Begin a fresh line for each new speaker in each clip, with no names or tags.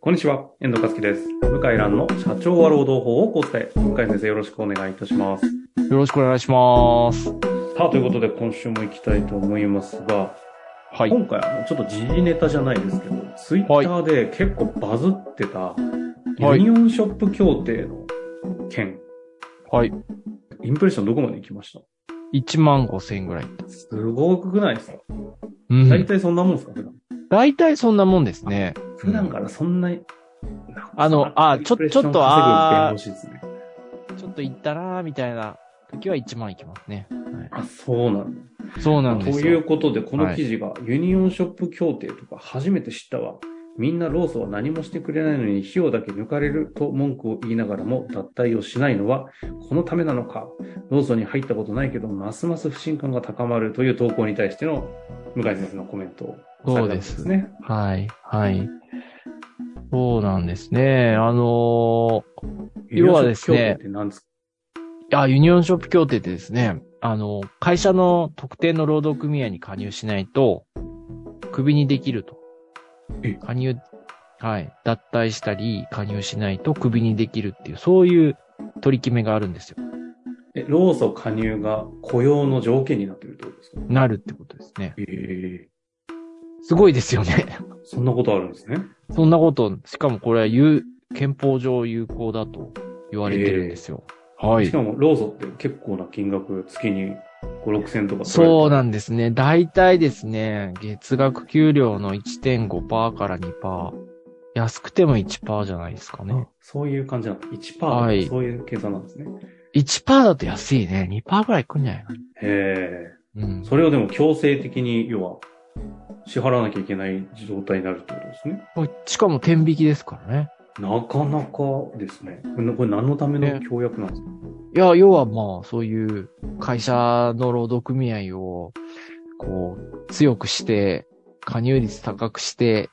こんにちは、遠藤和樹です。向井蘭の社長は労働法をこう伝え。向井先生よろしくお願いいたします。
よろしくお願いします。
さあ、ということで今週も行きたいと思いますが、
はい。
今回あのちょっと時事ネタじゃないですけど、ツイッターで結構バズってた、ユ
い
ニオンショップ協定の件、
はい。
インプレッションどこまで行きました
1万5千円ぐらいいった。
すごくないですか
うん
大体そんなもんですか普段。
大体そんなもんですね。
普段からそんな、なんか
あのあち
イ
ょ
ンプレッション
ちょっとあー
稼ぐ弁護士ですね。
ちょっと行ったなーみたいな時は1万いきますね。は
あ、そうなんだ。
い、そうなん
と
です
い
よ。
うことで、この
はい
記事が、ユニオンショップ協定とか初めて知ったわ。みんな労組は何もしてくれないのに費用だけ抜かれると文句を言いながらも脱退をしないのはこのためなのか。労組に入ったことないけど、ますます不信感が高まるという投稿に対しての向井先生のコメントをされたんですね。
はい。はい。そうなんですね。あの
ユニオンショップ
要はですね
協定って何ですか
ー、あ、ユニオンショップ協定ってですね、あの、会社の特定の労働組合に加入しないと、クビにできると
え。
加入、はい。脱退したり、加入しないとクビにできるっていう、そういう取り決めがあるんですよ。
え、労組加入が雇用の条件になっているってことですか
なるってことですね。
ええ
すごいですよね。
そんなことあるんですね。
そんなこと、しかもこれは有、憲法上有効だと言われてるんですよ。は
し
い。
かも、労組って結構な金額、月に5、6千とか取られて
そうなんですね。大体ですね、月額給料の1.5%から2%。安くても1%じゃないですかね。
そういう感じなんです。1%、
はい
そういう計算なんですね。
1%だと安いね。2%ぐらいくんじゃないかな。
へえ。
うん。
それをでも強制的に、要は、支払わなきゃいけない状態になるってことですね。
しかも天引きですからね。な
なかなかですね。これこれ何のための協約なんですか、
いや、要はまあ、そういう会社の労働組合を、こう、強くして、加入率高くして、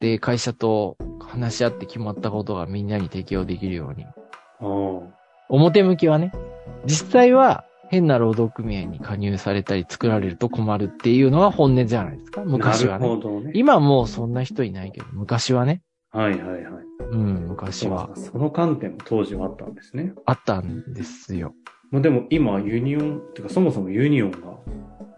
で、会社と話し合って決まったことがみんなに適用できるように。表向きはね、実際は変な労働組合に加入されたり作られると困るっていうのが本音じゃないですか、
ああ、
昔は
なる
ね。
ほどね。
今はもうそんな人いないけど、昔はね。
はいはいはい。
うん、昔は
そうかその観点も当時はあったんですね。
あったんですよ。
まあ、でも今、ユニオン、てかそもそもユニオンが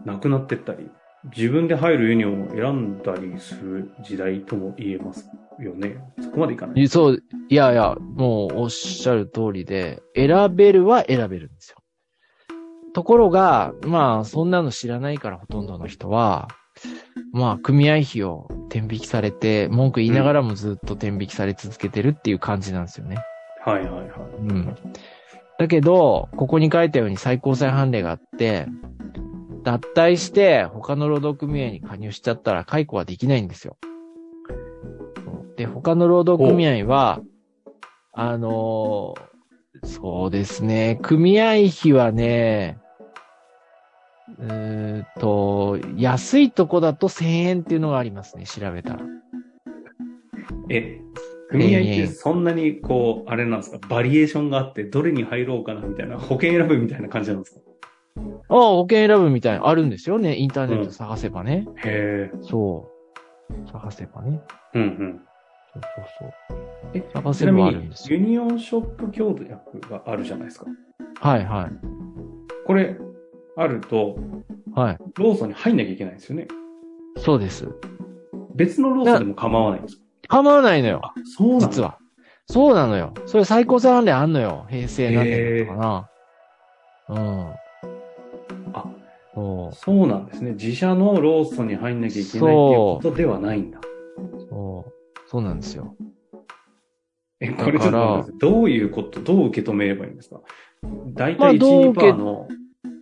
なくなってったり、自分で入るユニオンを選んだりする時代とも言えますよね。そこまでいかない。
そう、いやいや、もうおっしゃる通りで、選べるは選べるんですよ。ところが、まあ、そんなの知らないからほとんどの人は、まあ、組合費を天引きされて、文句言いながらもずっと天引きされ続けてるっていう感じなんですよね。
はいはいはい。
うん。だけど、ここに書いたように最高裁判例があって、脱退して他の労働組合に加入しちゃったら解雇はできないんですよ。で、他の労働組合は、あのーそうですね、組合費はね、うーんと、安いとこだと1000円っていうのがありますね、調べたら。
え、組合ってそんなにこう、あれなんですか、バリエーションがあって、どれに入ろうかなみたいな、保険選ぶみたいな感じなんですか
ああ、保険選ぶみたいな、あるんですよね、インターネット探せばね。
へえ。
そう。探せばね。
うんうん。
そうそうそう。
え
探
ち
せ
なみ
ばあるん
に
で、す
ユ
よ。
ニオンショップ協約があるじゃないですか。
はいはい。
これ、あると、
はい。
ローソンに入んなきゃいけないんですよね。
そうです。
別のローソンでも構わないんですか
構わないのよ、
そうなん
実は。そうなのよ。それ最高裁判例あんのよ。平成何年だったかな。うん。
あ、
そ
そうなんですね。自社のローソンに入んなきゃいけないっていうことではないんだ。
う、そう、そうなんですよ。
え、これちょっと
だから
待ってくださいどういうこと、どう受け止めればいいんですか大
まあ
体1、
どう
2
受け
パーの、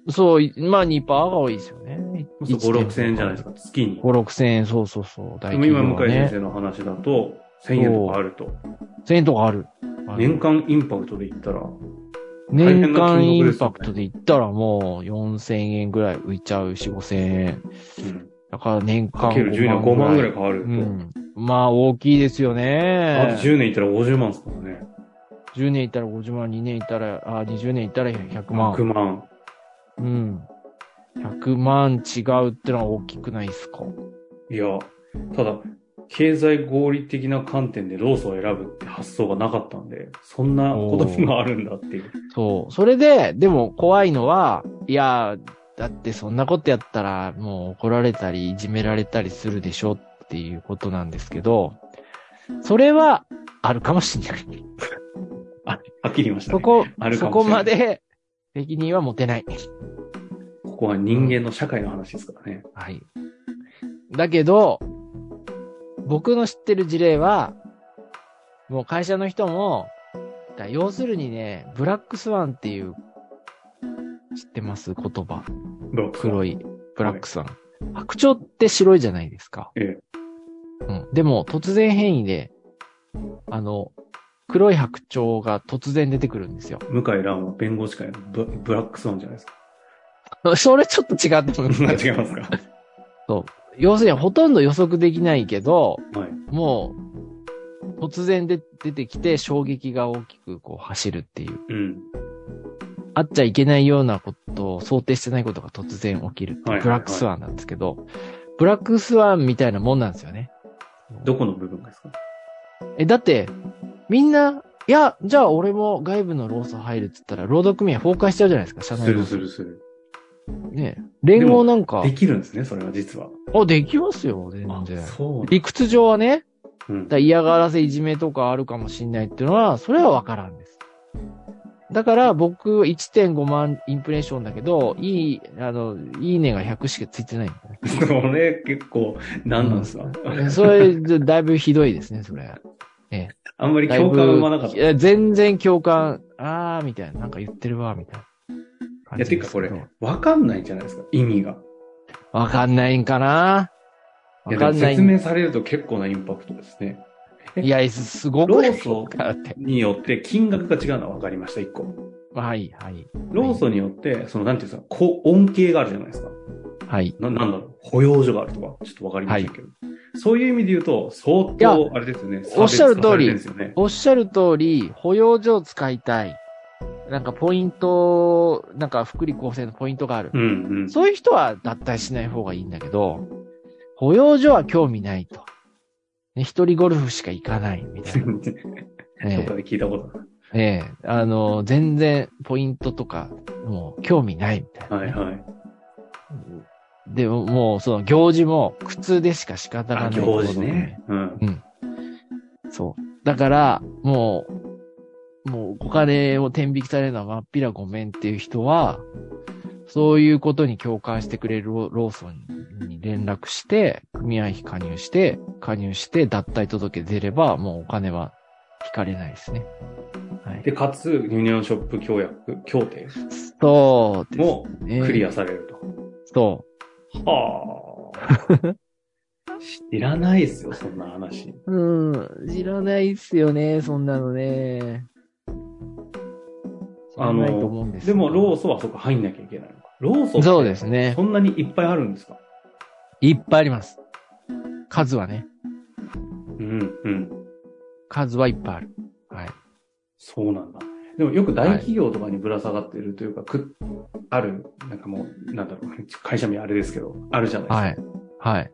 そう、いまあ2%が多いですよね。
そう5、6千円じゃないです
か。
か、月に。
5、6千円、そうそうそう。大
でも今、
企業は
向井
ね
先生の話だと、1000円とかあると。
1000円とかある。ある
年間インパクトで言ったら、
年間インパクトで言ったらもう4000円ぐらい浮いちゃうし、5000円。だから年間
かける10年5万ぐらい変わる
う
と。
ん。まあ大きいですよ
あ
ね
と。10年いったら50万ですからね。
10年いったら50万、2年いったら、あ、20年いったら100
100
万。
万。
うん。100万違うってのは大きくないですか
いや、ただ、経済合理的な観点でローソンを選ぶって発想がなかったんで、そんなことにもあるんだっていう。
そう。それで、でも怖いのは、いや、だってそんなことやったらもう怒られたりいじめられたりするでしょっていうことなんですけど、それはあるかもしれない。
あ、はっきり言いました、
そ
ね。
こ
あ、るか
そ
もしれない
こまで責任は持てない。
ここは人間の社会の話ですからね。
はい。だけど、僕の知ってる事例は、もう会社の人も、だ要するにね、ブラックスワンっていう、知ってます言葉。
ロック
黒い、ブラックスワン。白鳥って白いじゃないですか。
え
うん。でも、突然変異で、あの、黒い白鳥が突然出てくるんですよ。
向井蘭は弁護士会のブブラックスワンじゃないですか。
それちょっと 違うと思うんですけど
違いますか。
要するにほとんど予測できないけど、
はい。
もう、突然で出てきて衝撃が大きくこう走るっていう、
うん。
あっちゃいけないようなことを想定してないことが突然起きるっていう
はいはいはい
ブラックスワンなんですけど、ブラックスワンみたいなもんなんですよね。
どこの部分ですか
え、だって、みんな、いや、じゃあ俺も外部の労組入るって言ったら、労働組合崩壊しちゃうじゃないですか、社
す
内
る
の。
するする。
ね。連合なんか
で、きるんですね、それは実は。
あ、できますよ、全
あ
然。
そう
理屈上はね、
うん
だか。ら嫌がらせいじめとかあるかもしんないっていうのは、それはわからんです。だから僕1.5万インプレッションだけど、いい、あの、いいねが100しかついてないんだね。
それ結構、何なんですか、
それ、だいぶひどいですね、それ。
あんまり
だい
共
ぶ
感生まなかった。
いや全然共感、あー、みたいな、なんか言ってるわ、みたいな。
いや、てかこれ、わかんないじゃないですか、意味が。
わかんないんかな
や、
いわ
で
か
も
んない
説
ん。
明されると結構なインパクトですね。
いや、すすご
ロ
く
ーソン
だって。
によって金額が違うのは分かりました、一個。
はい、はい。
ローソンによって、その、なんていうんですか、こう、恩恵があるじゃないですか。
はい。
な、なんだろう、保養所があるとか、ちょっと分かりませんけど。そういう意味で言うと、相
い
当、あれですよね、
おっしゃる通り
差別化されてんですよね。
おっしゃる通り、保養所を使いたい。なんかポイント、なんか福利厚生のポイントがある
う。んうん。
そういう人は脱退しない方がいいんだけど、保養所は興味ないと。ね、一人ゴルフしか行かないみたいな。
どっ
ね
かで聞いたこと
え、ねえあの、全然ポイントとか、もう興味ないみたいな
ある。
ね、
はいはい。
でも、もうその行事も苦痛でしか仕方が
あ、
ない。
行事ね。うん。
そう。だから、もう、もうお金を天引きされるのはまっぴらごめんっていう人は、そういうことに共感してくれるロローソンに連絡して、組合費加入して、加入して、脱退届出れば、もうお金は引かれないですね。はい。
で、かつ、ユニオンショップ協約、協定
そうです
も
ね。
クリアされると。
そ
はあ。 知らないですよ、そんな話。
う。うん。知らないっすよね、そんなのね。知らないと思うんです
で
よ
も、ローソンはそこ入んなきゃいけないのか。ローソン
そうですね
そんなにいっぱいあるんですか
いっぱいあります。数はね。
うん、うん。
数はいっぱいある。はい。
そうなんだ。でもよく大企業とかにぶら下がってるというか、くある、なんかもう、なんだろう、会社名あれですけど、あるじゃないですか。
はい。はい。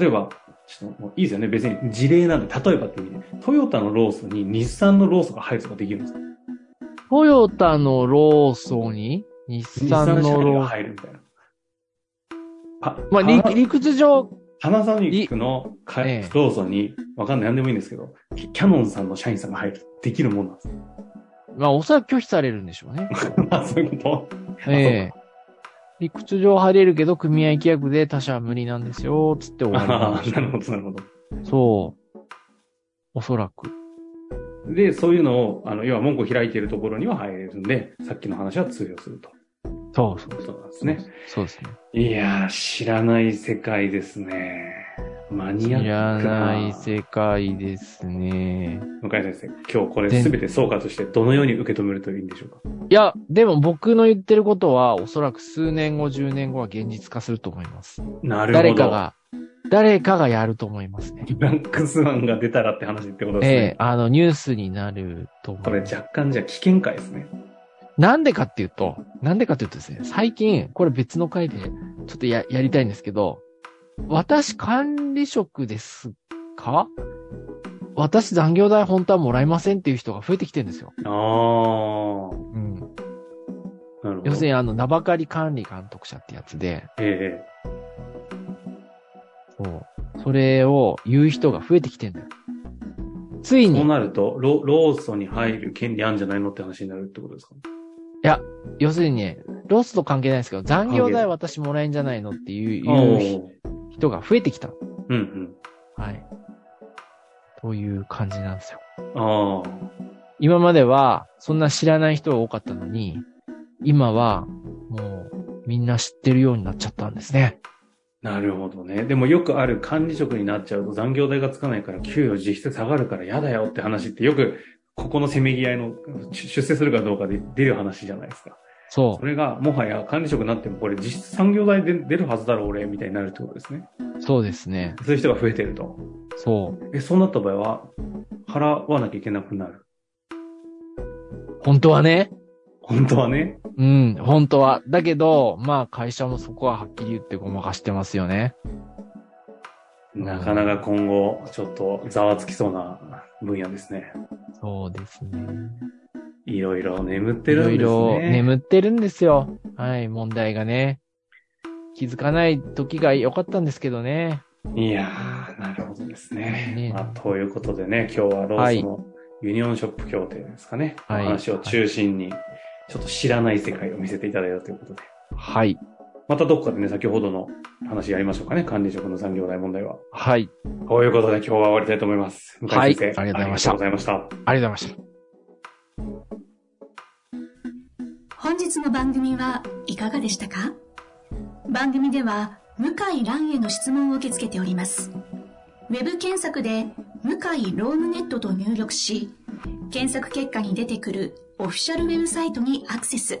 例えば、ちょっともういいですよね。別に事例なんで、例えばって意味で、トヨタのローソンに日産のローソンが入るとかできるんですか
トヨタのローソンに、日
日
産
産の
の
ローソン
ロ
が
ーソン。
入るみたいな。あ、
まあ、
あ
理理屈上、
パナソニックのか
ええ
ローソンに、わかんない、なんでもいいんですけど、キキャノンさんの社員さんが入る、できるもんなんです か
まあ、おそらく拒否されるんでしょ うね。
あ、そういうこ
ええ理屈上入れるけど、組合規約で他社は無理なんですよ、つって終
と
わり
あ あ、な
な
るほど、なるほど。
そう。おそらく。
で、そういうのを、あの、要は文句を開いているところには入れるんで、さっきの話は通用すると。
そうそう。
そうなんですね。。
そうですね。
いやー、知らない世界ですね。マ
知
ニアック
らな
界。
い世界ですね。
向井先生、今日これ全て総括して、どのように受け止めるといいんでしょうか
いや、でも僕の言ってることは、おそらく数年後、10年後は現実化すると思います。
なるほど。
誰か。が、誰かがやると思いますね。
ランクスワンが出たらって話ってことです
え
ね
え。あの、ニュースになると思
これ
う。
若干じゃあ危険回ですね。
なんでかっていうと、なんでかっていうとですね、最近、これ別の回で、ちょっとや、やりたいんですけど、私管理職ですか私残業代本当はもらえませんっていう人が増えてきてるんですよ。
ああ。
うん。
なるほど。
要するにあの、名ばかり管理監督者ってやつで、
え
そう。それを言う人が増えてきてるんだよ。つい
え。そ
に
う、なると、ロローソンに入る権利あるんじゃないのって話になるってことですか
要するにね、ロスと関係ないですけど、残業代私もらえんじゃないのっていういう
おー
人が増えてきた。
うん
はい。という感じなんですよ。
うん。ああ。
今までは、そんな知らない人が多かったのに、今は、もう、みんな知ってるようになっちゃったんですね。
なるほどね。でもよくある管理職になっちゃうと残業代がつかないから給与実質下がるから嫌だよって話ってよくここのせめぎ合いの出出世するかどうかで出る話じゃないですか。
そ
それがもはや管理職になってもこれ実質産業代で出るはずだろ俺みたいになるってことですね。
う、そうですね。
そういう人が増えてると。
そ
え、そうなった場合は払わなきゃいけなくなる。
う。本当はね。
本当はね。
うん、本当は。だけど、まあ、会社もそこははっきり言ってごまかしてますよね。
なかなか今後ちょっとざわつきそうな分野ですね。
そうですね。
いろいろ眠っ
い
てるん
ろ
ですね。
いろ眠ってるんですよ。はい、問題がね。気づかない時が良かったんですけどね。
いやー、なるほどですね
ね。
まあ、ということでね、今日はローソンのユニオンショップ協定ですかね、
はい
お話を中心に、ちょっと知らない世界を見せていただいたということで、
はい。
またどこかでね、先ほどの話やりましょうかね、管理職の残業代問題は。
はい。
ということで、今日は終わりたいと思います。向井
はい
先生、
ありがとうございました
ありがとうございました。
ありがとうございました。
本日の番組はいかがでしたか番組では向井蘭への質問を受け付けておりますウェブ検索で「向井ロームネット」と入力し検索結果に出てくるオフィシャルウェブサイトにアクセス